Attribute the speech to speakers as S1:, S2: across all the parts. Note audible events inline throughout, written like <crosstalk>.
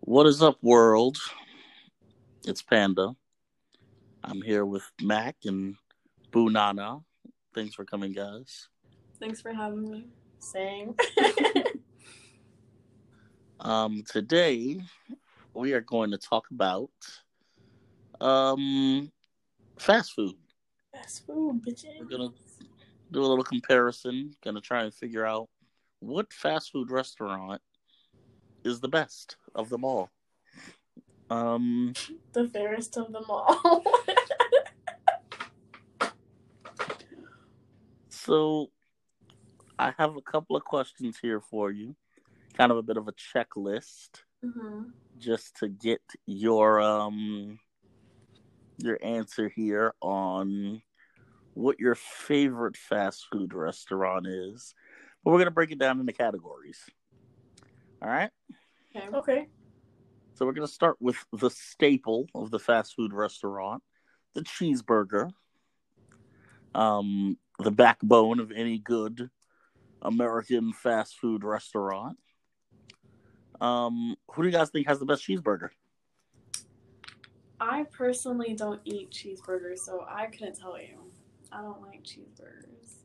S1: What is up, world? It's Panda. I'm here with Mac and Boonana. Thanks for coming, guys.
S2: Thanks for having me.
S3: Same.
S1: Um, today we are going to talk about um fast food.
S3: Fast food,
S1: We're
S3: bitches.
S1: gonna do a little comparison. Gonna try and figure out what fast food restaurant is the best of them all. Um,
S3: The fairest of them all. <laughs>
S1: so I have a couple of questions here for you. Kind of a bit of a checklist,
S2: Mm-hmm.
S1: just to get your um your answer here on what your favorite fast food restaurant is. But we're gonna break it down into categories. All right.
S2: Okay.
S3: okay.
S1: So we're going to start with the staple of the fast food restaurant, the cheeseburger. Um, the backbone of any good American fast food restaurant. Um, who do you guys think has the best cheeseburger?
S2: I personally don't eat cheeseburgers, so I couldn't tell you. I don't like cheeseburgers.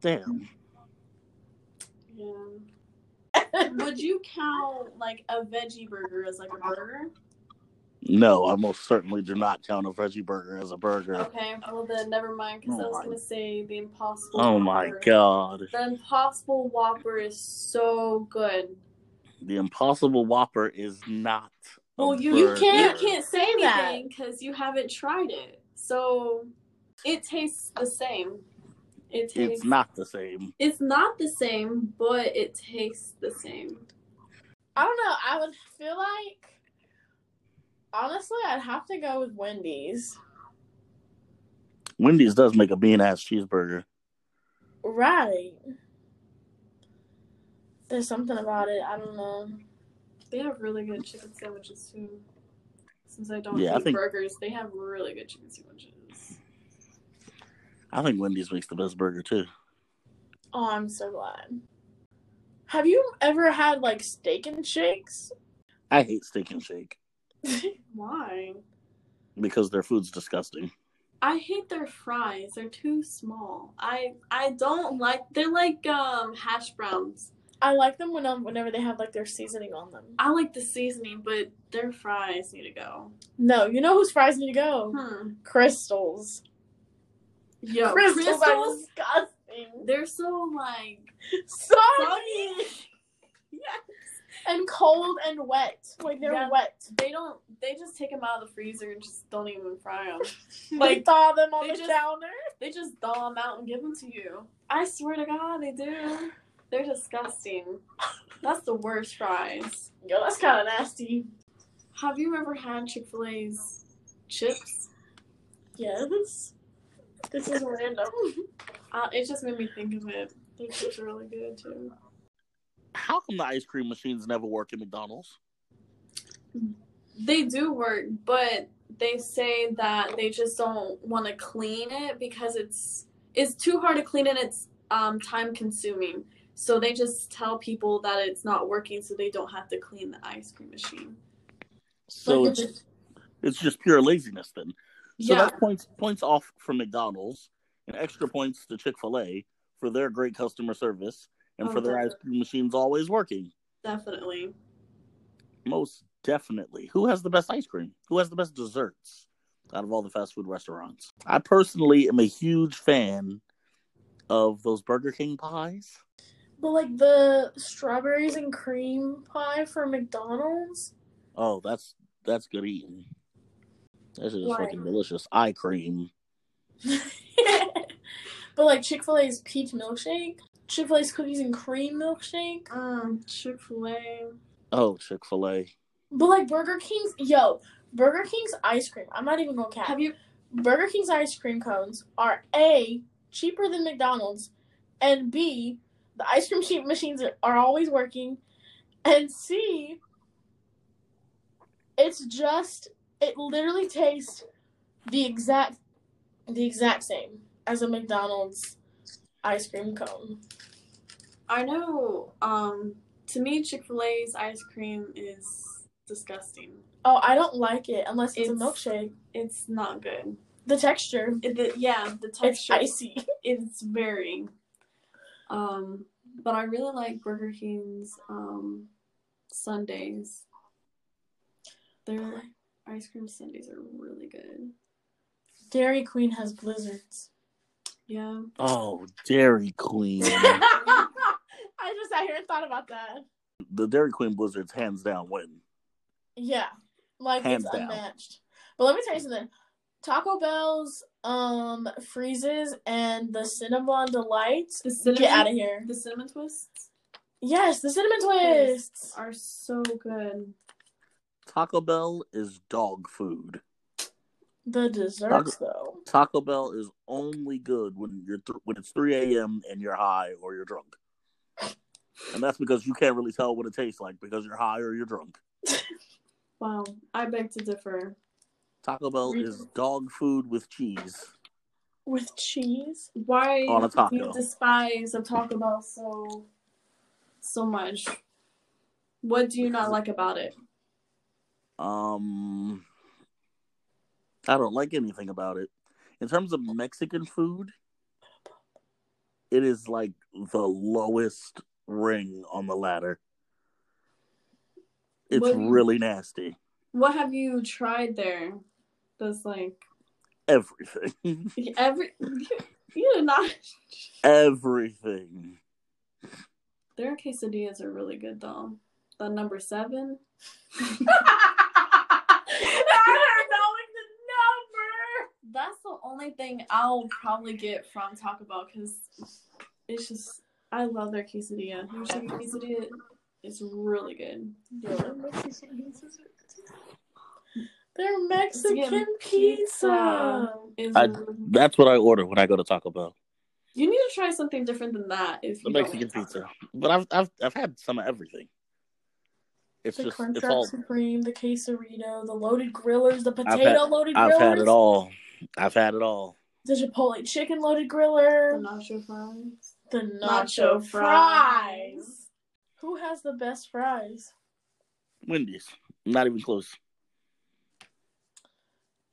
S1: Damn.
S2: Yeah.
S3: <laughs>
S2: Would you count like a veggie burger as like a burger?
S1: No, I most certainly do not count a veggie burger as a burger.
S2: Okay. Well then, never mind. Because I
S1: Oh
S2: was
S1: my-
S2: gonna say the Impossible.
S1: Oh my
S2: Whopper.
S1: god.
S2: The Impossible Whopper is so good.
S1: The Impossible Whopper is not. a
S2: Well, you
S3: You
S1: burger.
S3: can't,
S2: You
S3: you
S2: can't say
S3: Say that.
S2: anything because you haven't tried it, so it tastes the same. It tastes.
S1: It's not the same.
S2: It's not the same, but it tastes the same.
S3: I don't know. I would feel like, honestly, I'd have to go with Wendy's.
S1: Wendy's does make a bean ass cheeseburger.
S3: Right. There's something about it. I don't know.
S2: They have really good chicken sandwiches too. Since I don't
S1: Yeah, I
S2: eat
S1: think-
S2: burgers, they have really good chicken sandwiches.
S1: I think Wendy's makes the best burger too.
S3: Oh, I'm so glad. Have you ever had like steak and shakes?
S1: I hate Steak and Shake
S2: Why?
S1: because their food's disgusting.
S2: I hate their fries. They're too small. I I don't like. They're like um hash browns.
S3: I like them when um, whenever they have like their seasoning on them.
S2: I like the seasoning, but their fries need to go.
S3: No, you know whose fries need to go?
S2: Hmm.
S3: Crystals.
S2: Yo,
S3: crystals, are
S2: crystals.
S3: disgusting.
S2: They're so like
S3: Soggy
S2: soggy. yeah.
S3: and cold and wet. Like they're
S2: Yeah.
S3: wet.
S2: They don't. They just take them out of the freezer and just don't even fry them.
S3: Like
S2: Like-
S3: thaw them on
S2: they
S3: the
S2: just-
S3: counter.
S2: They just thaw them out and give them to you. I swear to God, they do. They're disgusting. That's the worst fries.
S3: Yo, that's kind of nasty.
S2: Have you ever had Chick Fil A's chips?
S3: Yes. This is <laughs> random.
S2: Uh, it just made me think of it. Their chips are really good too.
S1: How come the ice cream machines never work at McDonald's?
S2: They do work, but they say that they just don't want to clean it because it's it's too hard to clean and it's um, time consuming. So they just tell people that it's not working, so they don't have to clean the ice cream machine.
S1: So
S2: Like,
S1: it's it's just pure laziness then. So
S2: yeah.
S1: that points points off for McDonald's and extra points to Chick Fil A for their great customer service and for
S2: Oh,
S1: their ice
S2: definitely.
S1: cream machines always working.
S2: Definitely.
S1: Most definitely. Who has the best ice cream? Who has the best desserts out of all the fast food restaurants? I personally am a huge fan of those Burger King pies.
S3: But like the strawberries and cream pie for <laughs> McDonald's.
S1: Oh, that's that's good eating. That shit is
S3: Why?
S1: fucking delicious. Eye cream.
S3: but like Chick Fil A's peach milkshake, Chick Fil A's cookies and cream milkshake.
S2: Mm, Chick Fil A.
S1: Oh, Chick Fil A.
S3: But like Burger King's, yo, Burger King's ice cream. I'm not even gonna cap.
S2: Have you?
S3: Burger King's ice cream cones are A, cheaper than McDonald's, and B, the ice cream sheet machines are always working, and C, it's just, it literally tastes the exact the exact same as a McDonald's ice cream cone.
S2: I know. Um, to me, Chick Fil A's ice cream is disgusting.
S3: Oh, I don't like it unless it's,
S2: It's-
S3: a milkshake.
S2: It's not good.
S3: The texture,
S2: It, the, yeah, the
S3: it's
S2: texture.
S3: icy.
S2: it's very. Um, but I really like Burger King's um, Sundays. Their ice cream sundaes are really good.
S3: Dairy Queen has blizzards.
S2: Yeah.
S1: Oh, Dairy Queen. <laughs>
S3: <laughs> I just sat here and thought about that.
S1: the Dairy Queen Blizzards hands down win.
S3: Yeah, like
S1: Hands
S3: it's
S1: down.
S3: unmatched. But let me tell you something. Taco Bell's um freezes and the cinnamon delights.
S2: The cinnamon,
S3: Get out of here.
S2: the cinnamon twists
S3: Yes, the cinnamon
S2: Yes.
S3: twists.
S2: are so good.
S1: Taco Bell is dog food.
S3: The desserts though.
S1: Taco Bell is only good when you're th- when it's 3 a.m. and you're high or you're drunk, and that's because you can't really tell what it tastes like because you're high or you're drunk.
S2: Wow. I beg to differ.
S1: Taco Bell
S3: Really?
S1: is dog food with cheese.
S3: With cheese.
S2: Why
S1: On a
S2: do
S1: taco.
S2: you despise a Taco Bell so so much? What do you not like about it?
S1: Um, I don't like anything about it. In terms of Mexican food, it is like the lowest ring on the ladder. It's
S2: What do you-
S1: really nasty.
S2: What have you tried there? That's like
S1: Everything. <laughs>
S2: every you do not.
S1: Everything.
S2: Their quesadillas are really good though. The number seven. That's the only thing I'll probably get from Taco Bell because it's just I love their quesadilla. Their chicken quesadilla is really good.
S3: They're Mexican
S2: Mexican
S3: pizza.
S2: Is
S1: I-
S2: really-
S1: That's what I order when I go to Taco Bell.
S2: you need to try something different than that if
S1: The
S2: you don't
S1: Mexican
S2: like
S1: pizza. But I've I've I've had some of everything. It's
S3: The
S1: just
S3: crunch
S1: it's all
S3: supreme, the quesarito, the loaded grillers, the
S1: had-
S3: potato loaded grillers,
S1: I've had it all. I've had it all.
S3: the chipotle chicken loaded
S2: the
S3: griller,
S2: nacho fries.
S3: the nacho,
S2: Nacho
S3: fries.
S2: fries.
S3: Who has the best fries?
S1: Wendy's. Not even close.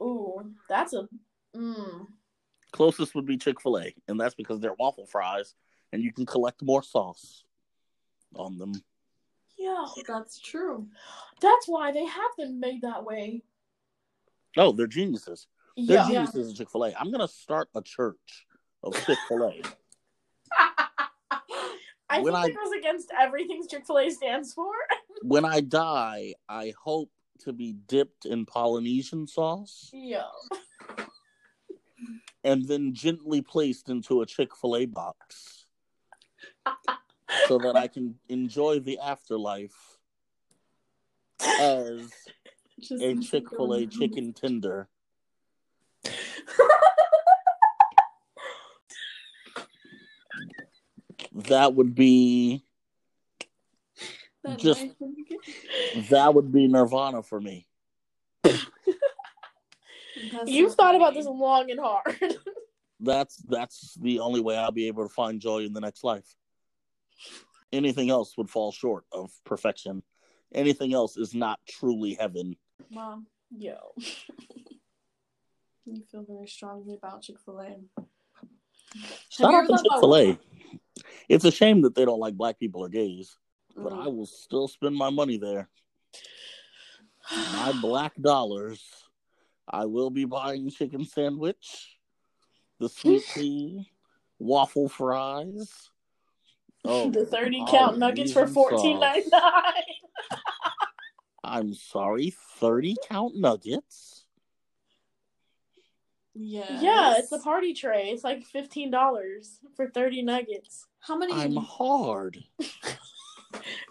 S3: Ooh, that's a mm.
S1: Closest would be Chick fil A, and that's because they're waffle fries and you can collect more sauce on them.
S3: Yeah,
S2: That's true.
S3: that's why they have them made that way.
S1: No, they're geniuses. They're
S3: Yeah.
S2: Yeah.
S1: geniuses in Chick fil A. I'm going to start a church of Chick fil A.
S3: <gasps> I
S1: When
S3: think
S1: I-
S3: it goes against everything Chick Fil A stands for.
S1: when I die, I hope to be dipped in Polynesian sauce
S3: Yeah.
S1: and then gently placed into a Chick fil A box so that I can enjoy the afterlife as
S2: Just
S1: a Chick fil A chicken tender. That would be
S2: That
S1: just-
S2: knife in the
S1: that would be Nirvana for me.
S2: kitchen. That's
S3: You've
S2: so
S3: thought about
S2: funny.
S3: this long and hard. <laughs>
S1: That's that's the only way I'll be able to find joy in the next life. Anything else would fall short of perfection. Anything else is not truly heaven.
S2: Wow,
S3: Yo.
S2: you feel very strongly about Chick Fil A.
S1: Shout out to Chick Fil A. It's a shame that they don't like black people or gays, but
S2: Mm.
S1: I will still spend my money there. my black dollars, I will be buying chicken sandwich, the
S2: <laughs>
S1: sweet tea, waffle fries. Oh,
S3: the 30 count nuggets for
S1: Polynesian
S3: fourteen ninety
S1: sauce.
S3: nine.
S1: I'm sorry, thirty count nuggets.
S2: Yeah.
S3: <laughs> Yeah, it's the party tray. It's like fifteen dollars for thirty nuggets.
S2: How many?
S1: I'm hard.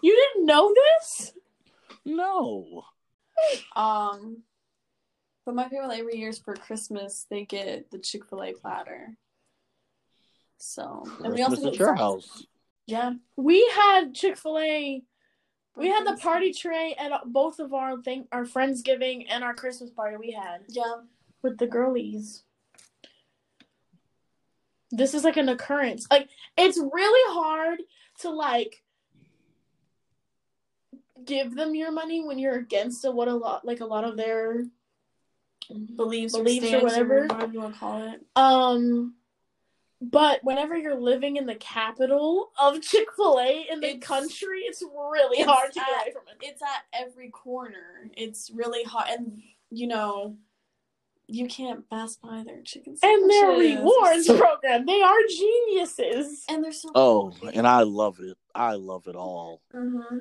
S3: You didn't know this?
S1: No,
S2: Um, but my family every year's for Christmas they get the Chick Fil A platter. So and we
S1: Christmas
S2: also
S1: at
S2: get
S1: your house.
S2: yeah
S3: We had Chick Fil A. We had the party tray at both of our thing, our friendsgiving and our Christmas party. We had.
S2: yeah
S3: with the girlies. This is like an occurrence. Like it's really hard to like give them your money when you're against a, what a lot like a lot of their
S2: Believes or
S3: Beliefs or
S2: stands
S3: whatever.
S2: whatever you want to call it.
S3: um but whenever you're living in the capital of Chick-fil-A in the
S2: It's-
S3: country, it's really
S2: it's
S3: hard to get
S2: at-
S3: away from it.
S2: It's at every corner. It's really hot, and you know, you can't pass by their chicken.
S3: And their
S2: sandwiches.
S1: <laughs>
S3: rewards program, they are geniuses.
S2: And they're so.
S1: Oh, and I love it. I love it all.
S3: Mm-hmm.
S2: Mhm.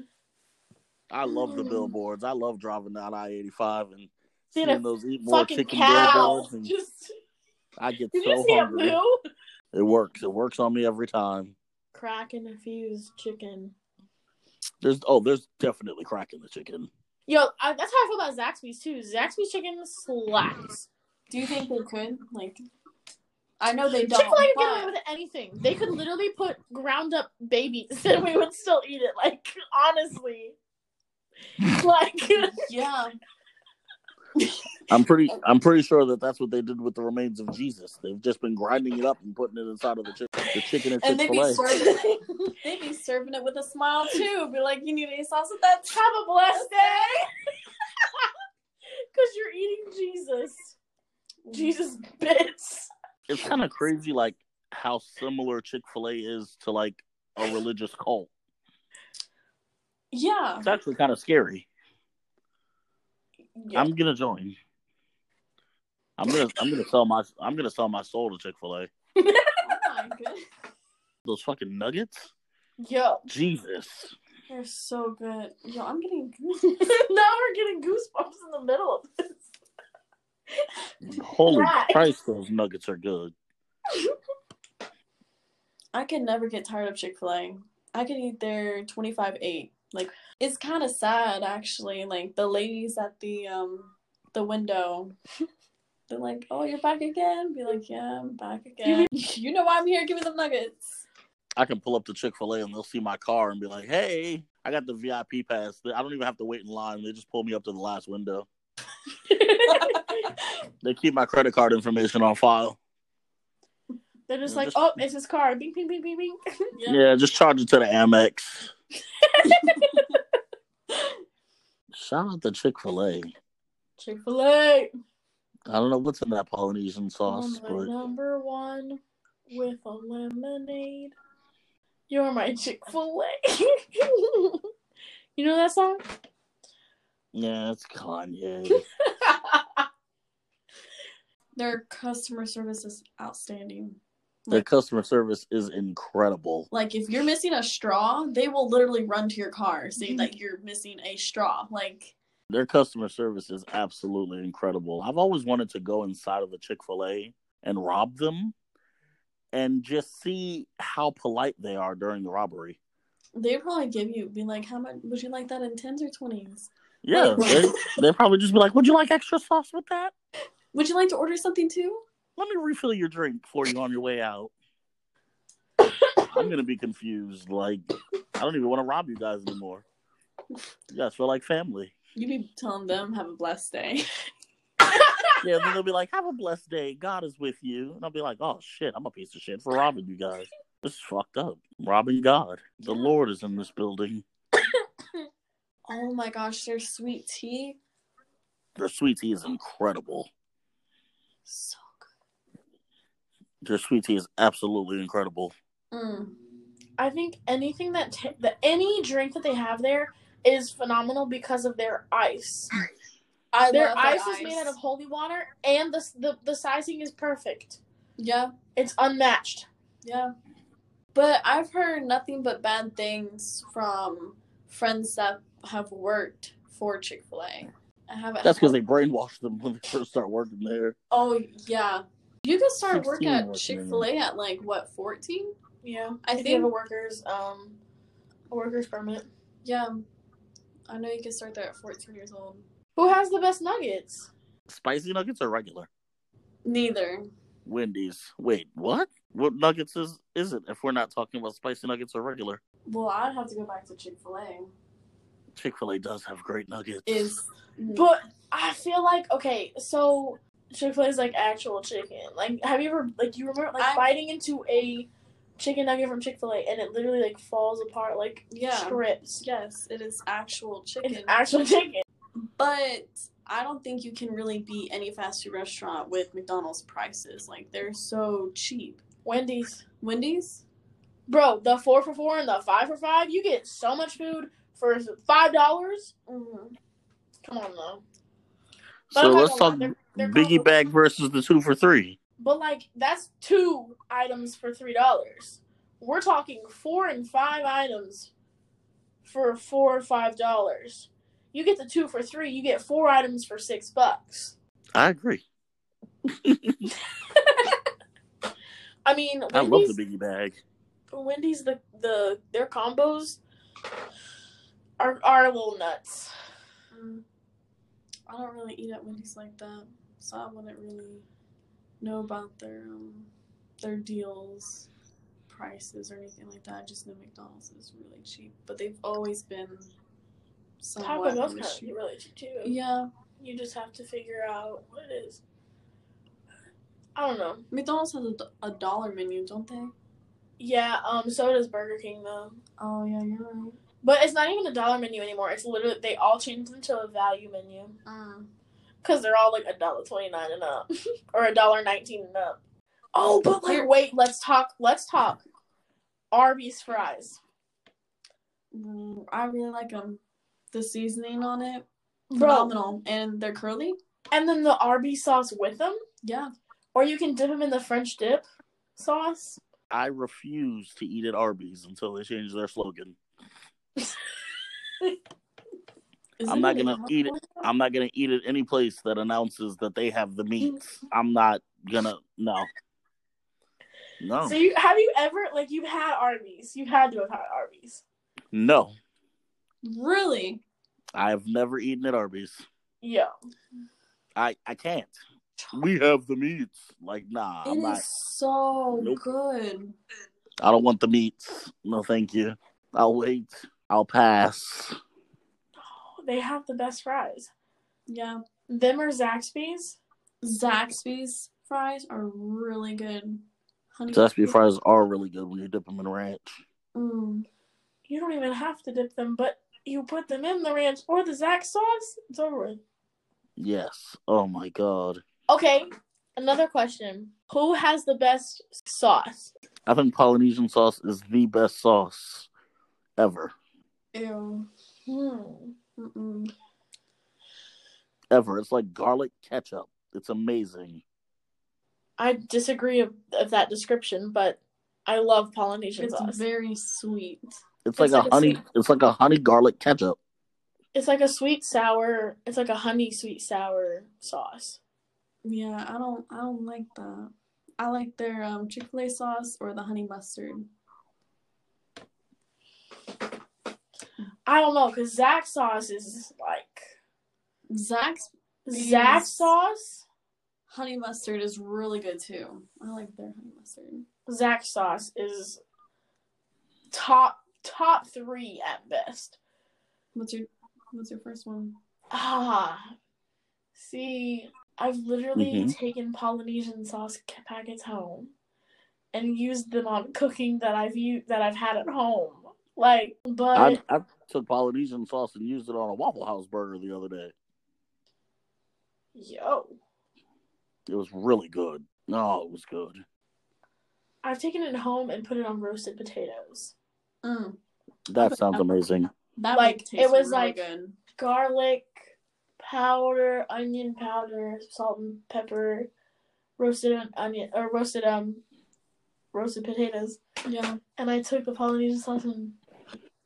S1: I love the
S2: Mm.
S1: billboards. I love driving down I eighty five and
S3: Seeing
S1: seeing
S3: a
S1: those eat more
S3: Fucking
S1: chicken
S3: cow.
S1: billboards. And
S3: Just,
S1: I get
S3: did
S1: so
S3: you see
S1: hungry.
S3: a moo?
S1: It works. It works on me every time.
S3: Crack and infused chicken.
S1: There's oh, there's definitely crack in the chicken.
S3: Yo, I, that's how I feel about Zaxby's too. Zaxby's chicken slaps.
S2: Do you think they could like? I know they
S3: Chick
S2: don't.
S3: Fil A can get away
S2: but-
S3: with anything. They could literally put ground up babies <laughs> and we would still eat it. Like
S1: <laughs>
S3: honestly, like
S2: yeah,
S1: I'm pretty I'm pretty sure that that's what they did with the remains of Jesus. They've just been grinding it up and putting it inside of the chicken, the chicken at
S2: and
S1: Chick
S2: they be
S1: Fil A.
S2: serving. <laughs> it- they be serving it with a smile too. Be like, you need a sauce with that. <laughs>
S3: have a blessed day. <laughs> Because you're eating Jesus, Jesus bits.
S1: It's kind of crazy, like how similar Chick Fil A is to like a religious cult.
S2: Yeah.
S1: It's actually kind of scary.
S2: yeah.
S1: I'm gonna join. I'm gonna I'm gonna sell my I'm gonna sell my soul to Chick Fil A.
S2: Oh my goodness.
S1: Those fucking nuggets,
S3: Yo,
S1: Jesus.
S2: They're so good. Yo, I'm getting.
S3: <laughs> now we're getting goosebumps in the middle of this.
S1: Holy
S3: Right.
S1: Christ, those nuggets are good.
S2: I can never get tired of Chick Fil A. I could eat their twenty five eight. Like it's kind of sad actually. Like the ladies at the um the window, they're like, "Oh, you're back again." Be like, "Yeah, I'm back again." <laughs> you know why I'm here? Give me some nuggets. <laughs>
S1: I can pull up to Chick Fil A and they'll see my car and be like, "Hey, I got the VIP pass. I don't even have to wait in line. They just pull me up to the last window. They keep my credit card information on file.
S3: They're just
S1: They're
S3: like,
S1: just-
S3: oh, it's his car. Bing, bing, bing, bing, bing.
S2: Yeah.
S1: Yeah, just charge it to the Amex." Shout out to Chick Fil A.
S3: Chick Fil A.
S1: I don't know what's in that Polynesian sauce,
S3: Oh my
S1: but
S3: number one with a lemonade. You're my Chick Fil A. <laughs> you know that song?
S1: yeah, it's Kanye.
S2: Their customer service is outstanding.
S1: Their customer service is incredible.
S2: Like if you're missing a straw, they will literally run to your car saying that you're missing a straw. Like
S1: Their customer service is absolutely incredible. I've always wanted to go inside of a Chick fil A and rob them and just see how polite they are during the robbery.
S2: they probably give you be like, how much would you like that in tens or twenties?
S1: Yeah, they, they probably just be like, Would you like extra sauce with that?
S2: Would you like to order something too?
S1: Let me refill your drink for you on your way out. I'm going to be confused. Like, I don't even want to rob you guys anymore. You guys feel like family.
S2: You be telling them have a blessed day.
S1: Yeah, and then they'll be like, "Have a blessed day. God is with you." And I'll be like, "Oh shit, I'm a piece of shit for robbing you guys. This is fucked up. I'm robbing God. The
S2: Yeah.
S1: Lord is in this building.
S2: <laughs> Oh my gosh, their sweet tea,
S1: Their sweet tea is incredible.
S2: so
S1: Their sweet tea is absolutely incredible.
S2: good. Mm.
S3: I think anything that, ta- that any drink that they have there is phenomenal because of their ice.
S2: I
S3: Their
S2: love
S3: ice, is made out of holy water, and the, the the sizing is perfect.
S2: yeah,
S3: It's unmatched.
S2: yeah. But I've heard nothing but bad things from friends that have worked for Chick Fil A. I haven't.
S1: That's because they
S2: had-
S1: brainwashed them when they first start working there.
S2: Oh yeah, you can start work
S1: 16
S2: at
S1: working
S2: Chick Fil A at like what fourteen?
S3: Yeah,
S2: I
S3: I
S2: think-
S3: think you have a workers um a workers permit.
S2: Yeah, I know you can start there at fourteen years old.
S3: Who has the best nuggets?
S1: Spicy nuggets are regular.
S2: Neither.
S1: Wendy's. Wait, what? What nuggets is is it? If we're not talking about spicy nuggets or regular,
S2: Well, I'd have to go back to Chick Fil A.
S3: Mm-hmm.
S1: Chick Fil A does have great nuggets.
S2: Is
S3: But I feel like okay, so Chick Fil A is like actual chicken. Like, have you ever like you remember like
S2: I-
S3: biting into a chicken nugget from Chick Fil A and it literally like falls apart like
S2: Yeah.
S3: strips.
S2: Yes, it is actual chicken.
S3: It's actual chicken.
S2: but I don't think you can really beat any fast food restaurant with McDonald's prices. Like they're so cheap.
S3: Wendy's,
S2: Wendy's?
S3: bro, the four for four and the five for five, you get so much food for five dollars. Mm-hmm. Come on, though.
S1: So
S3: But I'm not
S1: let's
S3: gonna
S1: talk
S3: lie, they're- they're
S1: Biggie
S3: combos.
S1: Bag versus the two for three.
S3: But like that's two items for three dollars. We're talking four and five items for four or five dollars. You get the two for three, you get four items for six bucks.
S1: I agree.
S3: I mean Wendy's,
S1: I love the Biggie Bag.
S3: Wendy's the, the their combos are are a little nuts. Mm-hmm.
S2: Mm. I don't really eat at Wendy's like that, so I wouldn't really know about their um, their deals, prices, or anything like that. I just know McDonald's is really cheap, but they've always been
S3: Taco
S2: somewhat
S3: Bell's
S2: on the
S3: kind of
S2: cheap.
S3: really cheap too.
S2: Oh, Yeah,
S3: You just have to figure out what it is. I don't know.
S2: McDonald's has a, do- a dollar menu, don't they?
S3: Yeah, um, so does Burger King though.
S2: Oh yeah, you're right.
S3: But it's not even a dollar menu anymore. It's literally they all changed them to a value menu
S2: Mm.
S3: because they're all like a dollar twenty nine and up or a dollar nineteen and up. Oh, but like wait, let's talk. Let's talk. Arby's fries,
S2: Mm, I really like them. The seasoning on it,
S3: bro,
S2: phenomenal, and they're curly.
S3: and then the Arby's sauce with them,
S2: Yeah,
S3: or you can dip them in the French dip sauce.
S1: I refuse to eat at Arby's until they change their slogan. I'm not gonna eat it. I'm not gonna eat at any place that announces that they have the meats. I'm not gonna no. No. Oh.
S3: So you have you ever like you've had Arby's? You had to have had Arby's.
S1: No.
S2: Really?
S1: I've never eaten at Arby's.
S3: Yo,
S1: I, I can't. We have the meats. Like, nah,
S2: It
S1: I'm
S2: is
S1: not
S2: so
S1: Nope.
S2: good.
S1: I don't want the meats. No thank you. I'll wait. I'll pass.
S3: they have the best fries.
S2: Yeah.
S3: Them or Zaxby's?
S2: Zaxby's fries are really good. Honey
S1: Zaxby fries are really good when you dip them in ranch.
S2: Mm.
S3: You don't even have to dip them, but you put them in the ranch or the Zax sauce. It's over with.
S1: Yes. Oh my god.
S3: Okay, another question: Who has the best sauce?
S1: I think Polynesian sauce is the best sauce ever.
S2: Ew.
S3: Hmm.
S2: Mm-mm.
S1: Ever. It's like garlic ketchup. It's amazing.
S3: I disagree of, of that description, but I love Polynesian
S2: It's
S3: sauce.
S2: very sweet.
S1: It's like
S2: It's
S1: a
S2: like a
S1: honey.
S2: sweet-
S1: It's like a honey garlic ketchup.
S3: it's like a sweet sour. It's like a honey sweet sour sauce.
S2: Yeah, I don't I don't like that. I like their um, Chick-fil-A sauce or the honey mustard.
S3: I don't know, cause Zax sauce is like
S2: Zax Yes.
S3: Zax sauce.
S2: honey mustard is really good too. I like their honey mustard.
S3: Zax sauce is top top three at best.
S2: What's your what's your first one?
S3: Ah, see, I've literally
S1: Mhm.
S3: taken Polynesian sauce ca- packets home and used them on cooking that I've u- that I've had at home. Like, but
S1: I, I took Polynesian sauce and used it on a Waffle House burger the other day.
S3: yo,
S1: It was really good. No, it was good.
S3: I've taken it home and put it on roasted potatoes,
S2: Mm.
S1: That sounds amazing.
S2: That
S3: Like,
S2: like
S3: it was
S2: really
S3: like-
S2: good.
S3: garlic powder, onion powder, salt and pepper, roasted on- onion or roasted um roasted potatoes,
S2: Yeah.
S3: and I took the Polynesian sauce and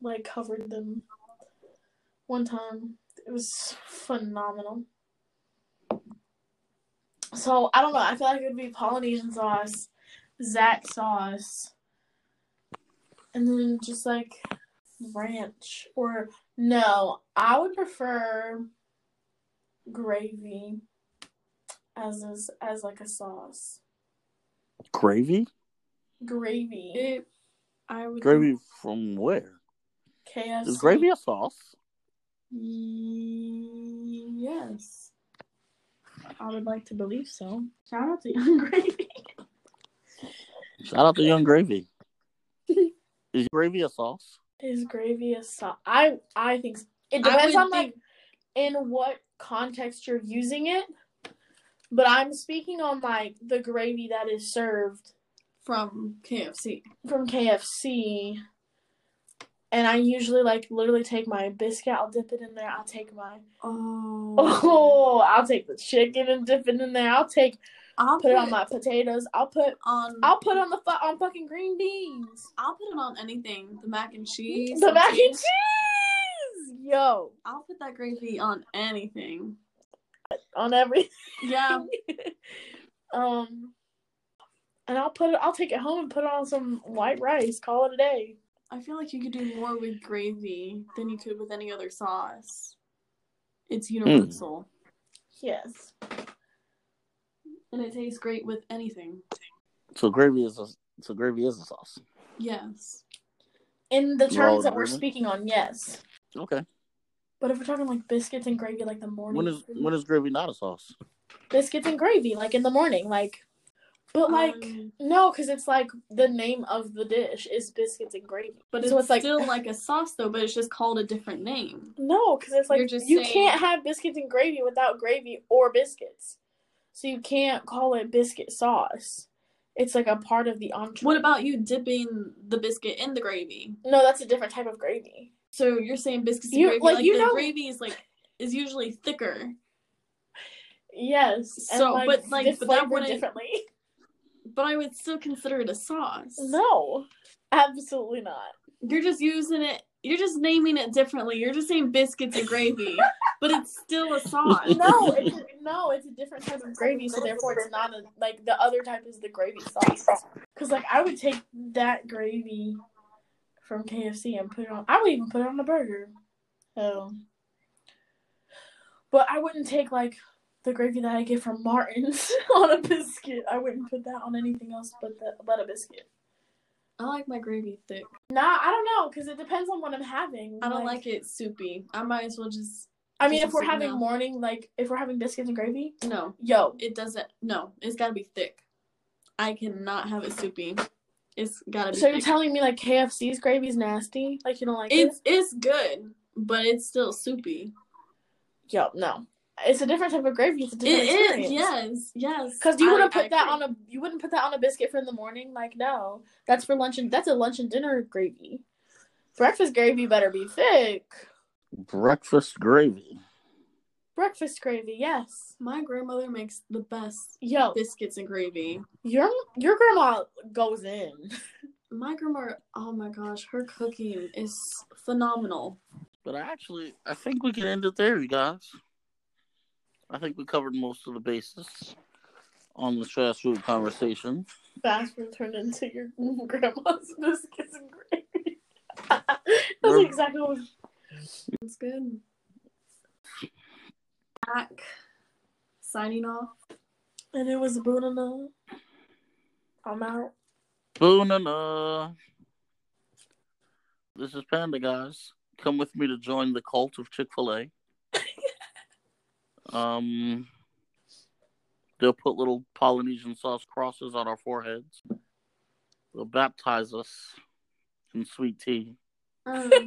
S3: like covered them one time. It was phenomenal. So I don't know. I feel like it would be Polynesian sauce, Zach sauce, and then just like ranch or no, I would prefer gravy as is, as like a sauce.
S1: Gravy?
S2: Mm-hmm.
S3: Gravy,
S2: It, I would
S1: Gravy from where?
S3: KFC.
S1: Is gravy a sauce?
S2: Yes.
S3: I would like to believe so. Shout out to Young Gravy. <laughs>
S1: Shout out to Young
S2: <laughs>
S1: Gravy. Is gravy a sauce?
S3: Is gravy a sauce? I I think so. it
S2: I
S3: depends
S2: would
S3: on like
S2: think-
S3: in what context you're using it. But I'm speaking on like the gravy that is served
S2: from KFC.
S3: from KFC. And I usually like literally take my biscuit, I'll dip it in there, I'll take my <laughs>
S2: Oh,
S3: oh, I'll take the chicken and dip it in there. I'll take
S2: <laughs> I'll
S3: put it on my potatoes. I'll put
S2: on. I'll,
S3: I'll put on the fu- on fucking green beans.
S2: put it on anything. The mac and cheese.
S3: The mac and
S2: something.
S3: cheese. Yo,
S2: <laughs> I'll put that gravy on anything.
S3: on every
S2: Yeah.
S3: um and I'll put it I'll take it home and put it on some white rice. Call it a day.
S2: I feel like you could do more with gravy than you could with any other sauce. It's
S3: Hmm.
S2: universal.
S3: Yes.
S2: And it tastes great with anything.
S1: So gravy is a so gravy is a sauce.
S2: Yes.
S3: In the terms
S1: Rolled
S3: that we're
S1: gravy?
S3: speaking on, yes.
S1: Okay.
S3: But if we're talking like biscuits and gravy, like the morning,
S1: When is
S3: food,
S1: when is gravy not a sauce?
S3: biscuits and gravy, like in the morning, like. But like
S2: Um,
S3: no, because it's like the name of the dish is biscuits and gravy.
S2: but
S3: So
S2: it's,
S3: it's like-
S2: still like a sauce though, but it's just called a different name.
S3: No, because it's like
S2: You're just
S3: you
S2: saying-
S3: can't have biscuits and gravy without gravy or biscuits. So you can't call it biscuit sauce. It's like a part of the entree.
S2: What about you dipping the biscuit in the gravy?
S3: No, that's a different type of gravy.
S2: So you're saying biscuits and
S3: You-
S2: gravy
S3: like,
S2: like,
S3: you
S2: the
S3: know-
S2: gravy is like is usually thicker.
S3: Yes.
S2: So, but, like,
S3: diff-
S2: but that
S3: flavored
S2: wouldn't- <laughs>
S3: differently.
S2: But I would still consider it a sauce.
S3: No, absolutely not.
S2: You're just using it you're just naming it differently. You're just saying biscuits and gravy. but it's still a sauce.
S3: No, it's a, no, it's a different type of gravy, so therefore it's not a like the other type is the gravy sauce. Cause like I would take that gravy from KFC and put it on. I would even put it on a burger. So, but I wouldn't take like the gravy that I get from Martin's <laughs> on a biscuit. I wouldn't put that on anything else but the but a biscuit.
S2: I like my gravy thick.
S3: Nah, I don't know, cause it depends on what I'm having.
S2: I don't like, it soupy. I might as well just
S3: I mean,
S2: Just
S3: if we're
S2: like
S3: having
S2: no.
S3: morning, like if we're having biscuits and gravy,
S2: no.
S3: yo,
S2: It doesn't. No, it's gotta be thick. I cannot have it soupy. It's gotta be.
S3: So you're
S2: thick.
S3: telling me like KFC's gravy's nasty? Like you don't like
S2: it's it's good, but it's still soupy.
S3: it? Yo, no. It's a different type of gravy. It's a
S2: It
S3: different
S2: is.
S3: experience.
S2: Yes. Yes.
S3: Because you
S2: I-
S3: wouldn't
S2: I
S3: put that
S2: agree.
S3: on a you wouldn't put that on a biscuit for in the morning. Like no, that's for lunch and that's a lunch and dinner gravy. Breakfast gravy better be thick.
S1: Breakfast gravy.
S3: Breakfast gravy, yes.
S2: My grandmother makes the best
S3: Yo,
S2: biscuits and gravy.
S3: your your grandma goes in. <laughs>
S2: My grandma. Oh my gosh, her cooking is phenomenal.
S1: But I actually I think we can end it there, you guys. I think we covered most of the bases on the fast food conversation.
S3: Fast food turned into your <laughs> grandma's biscuits and gravy. <laughs>
S1: We're-
S3: that's exactly what.
S2: It's good. Back. Signing off.
S3: And it was Boonana. I'm out.
S1: Boonana. This is Panda, guys. Come with me to join the cult of Chick Fil A. um, they'll put little Polynesian sauce crosses on our foreheads. They'll baptize us in sweet tea.
S2: Um,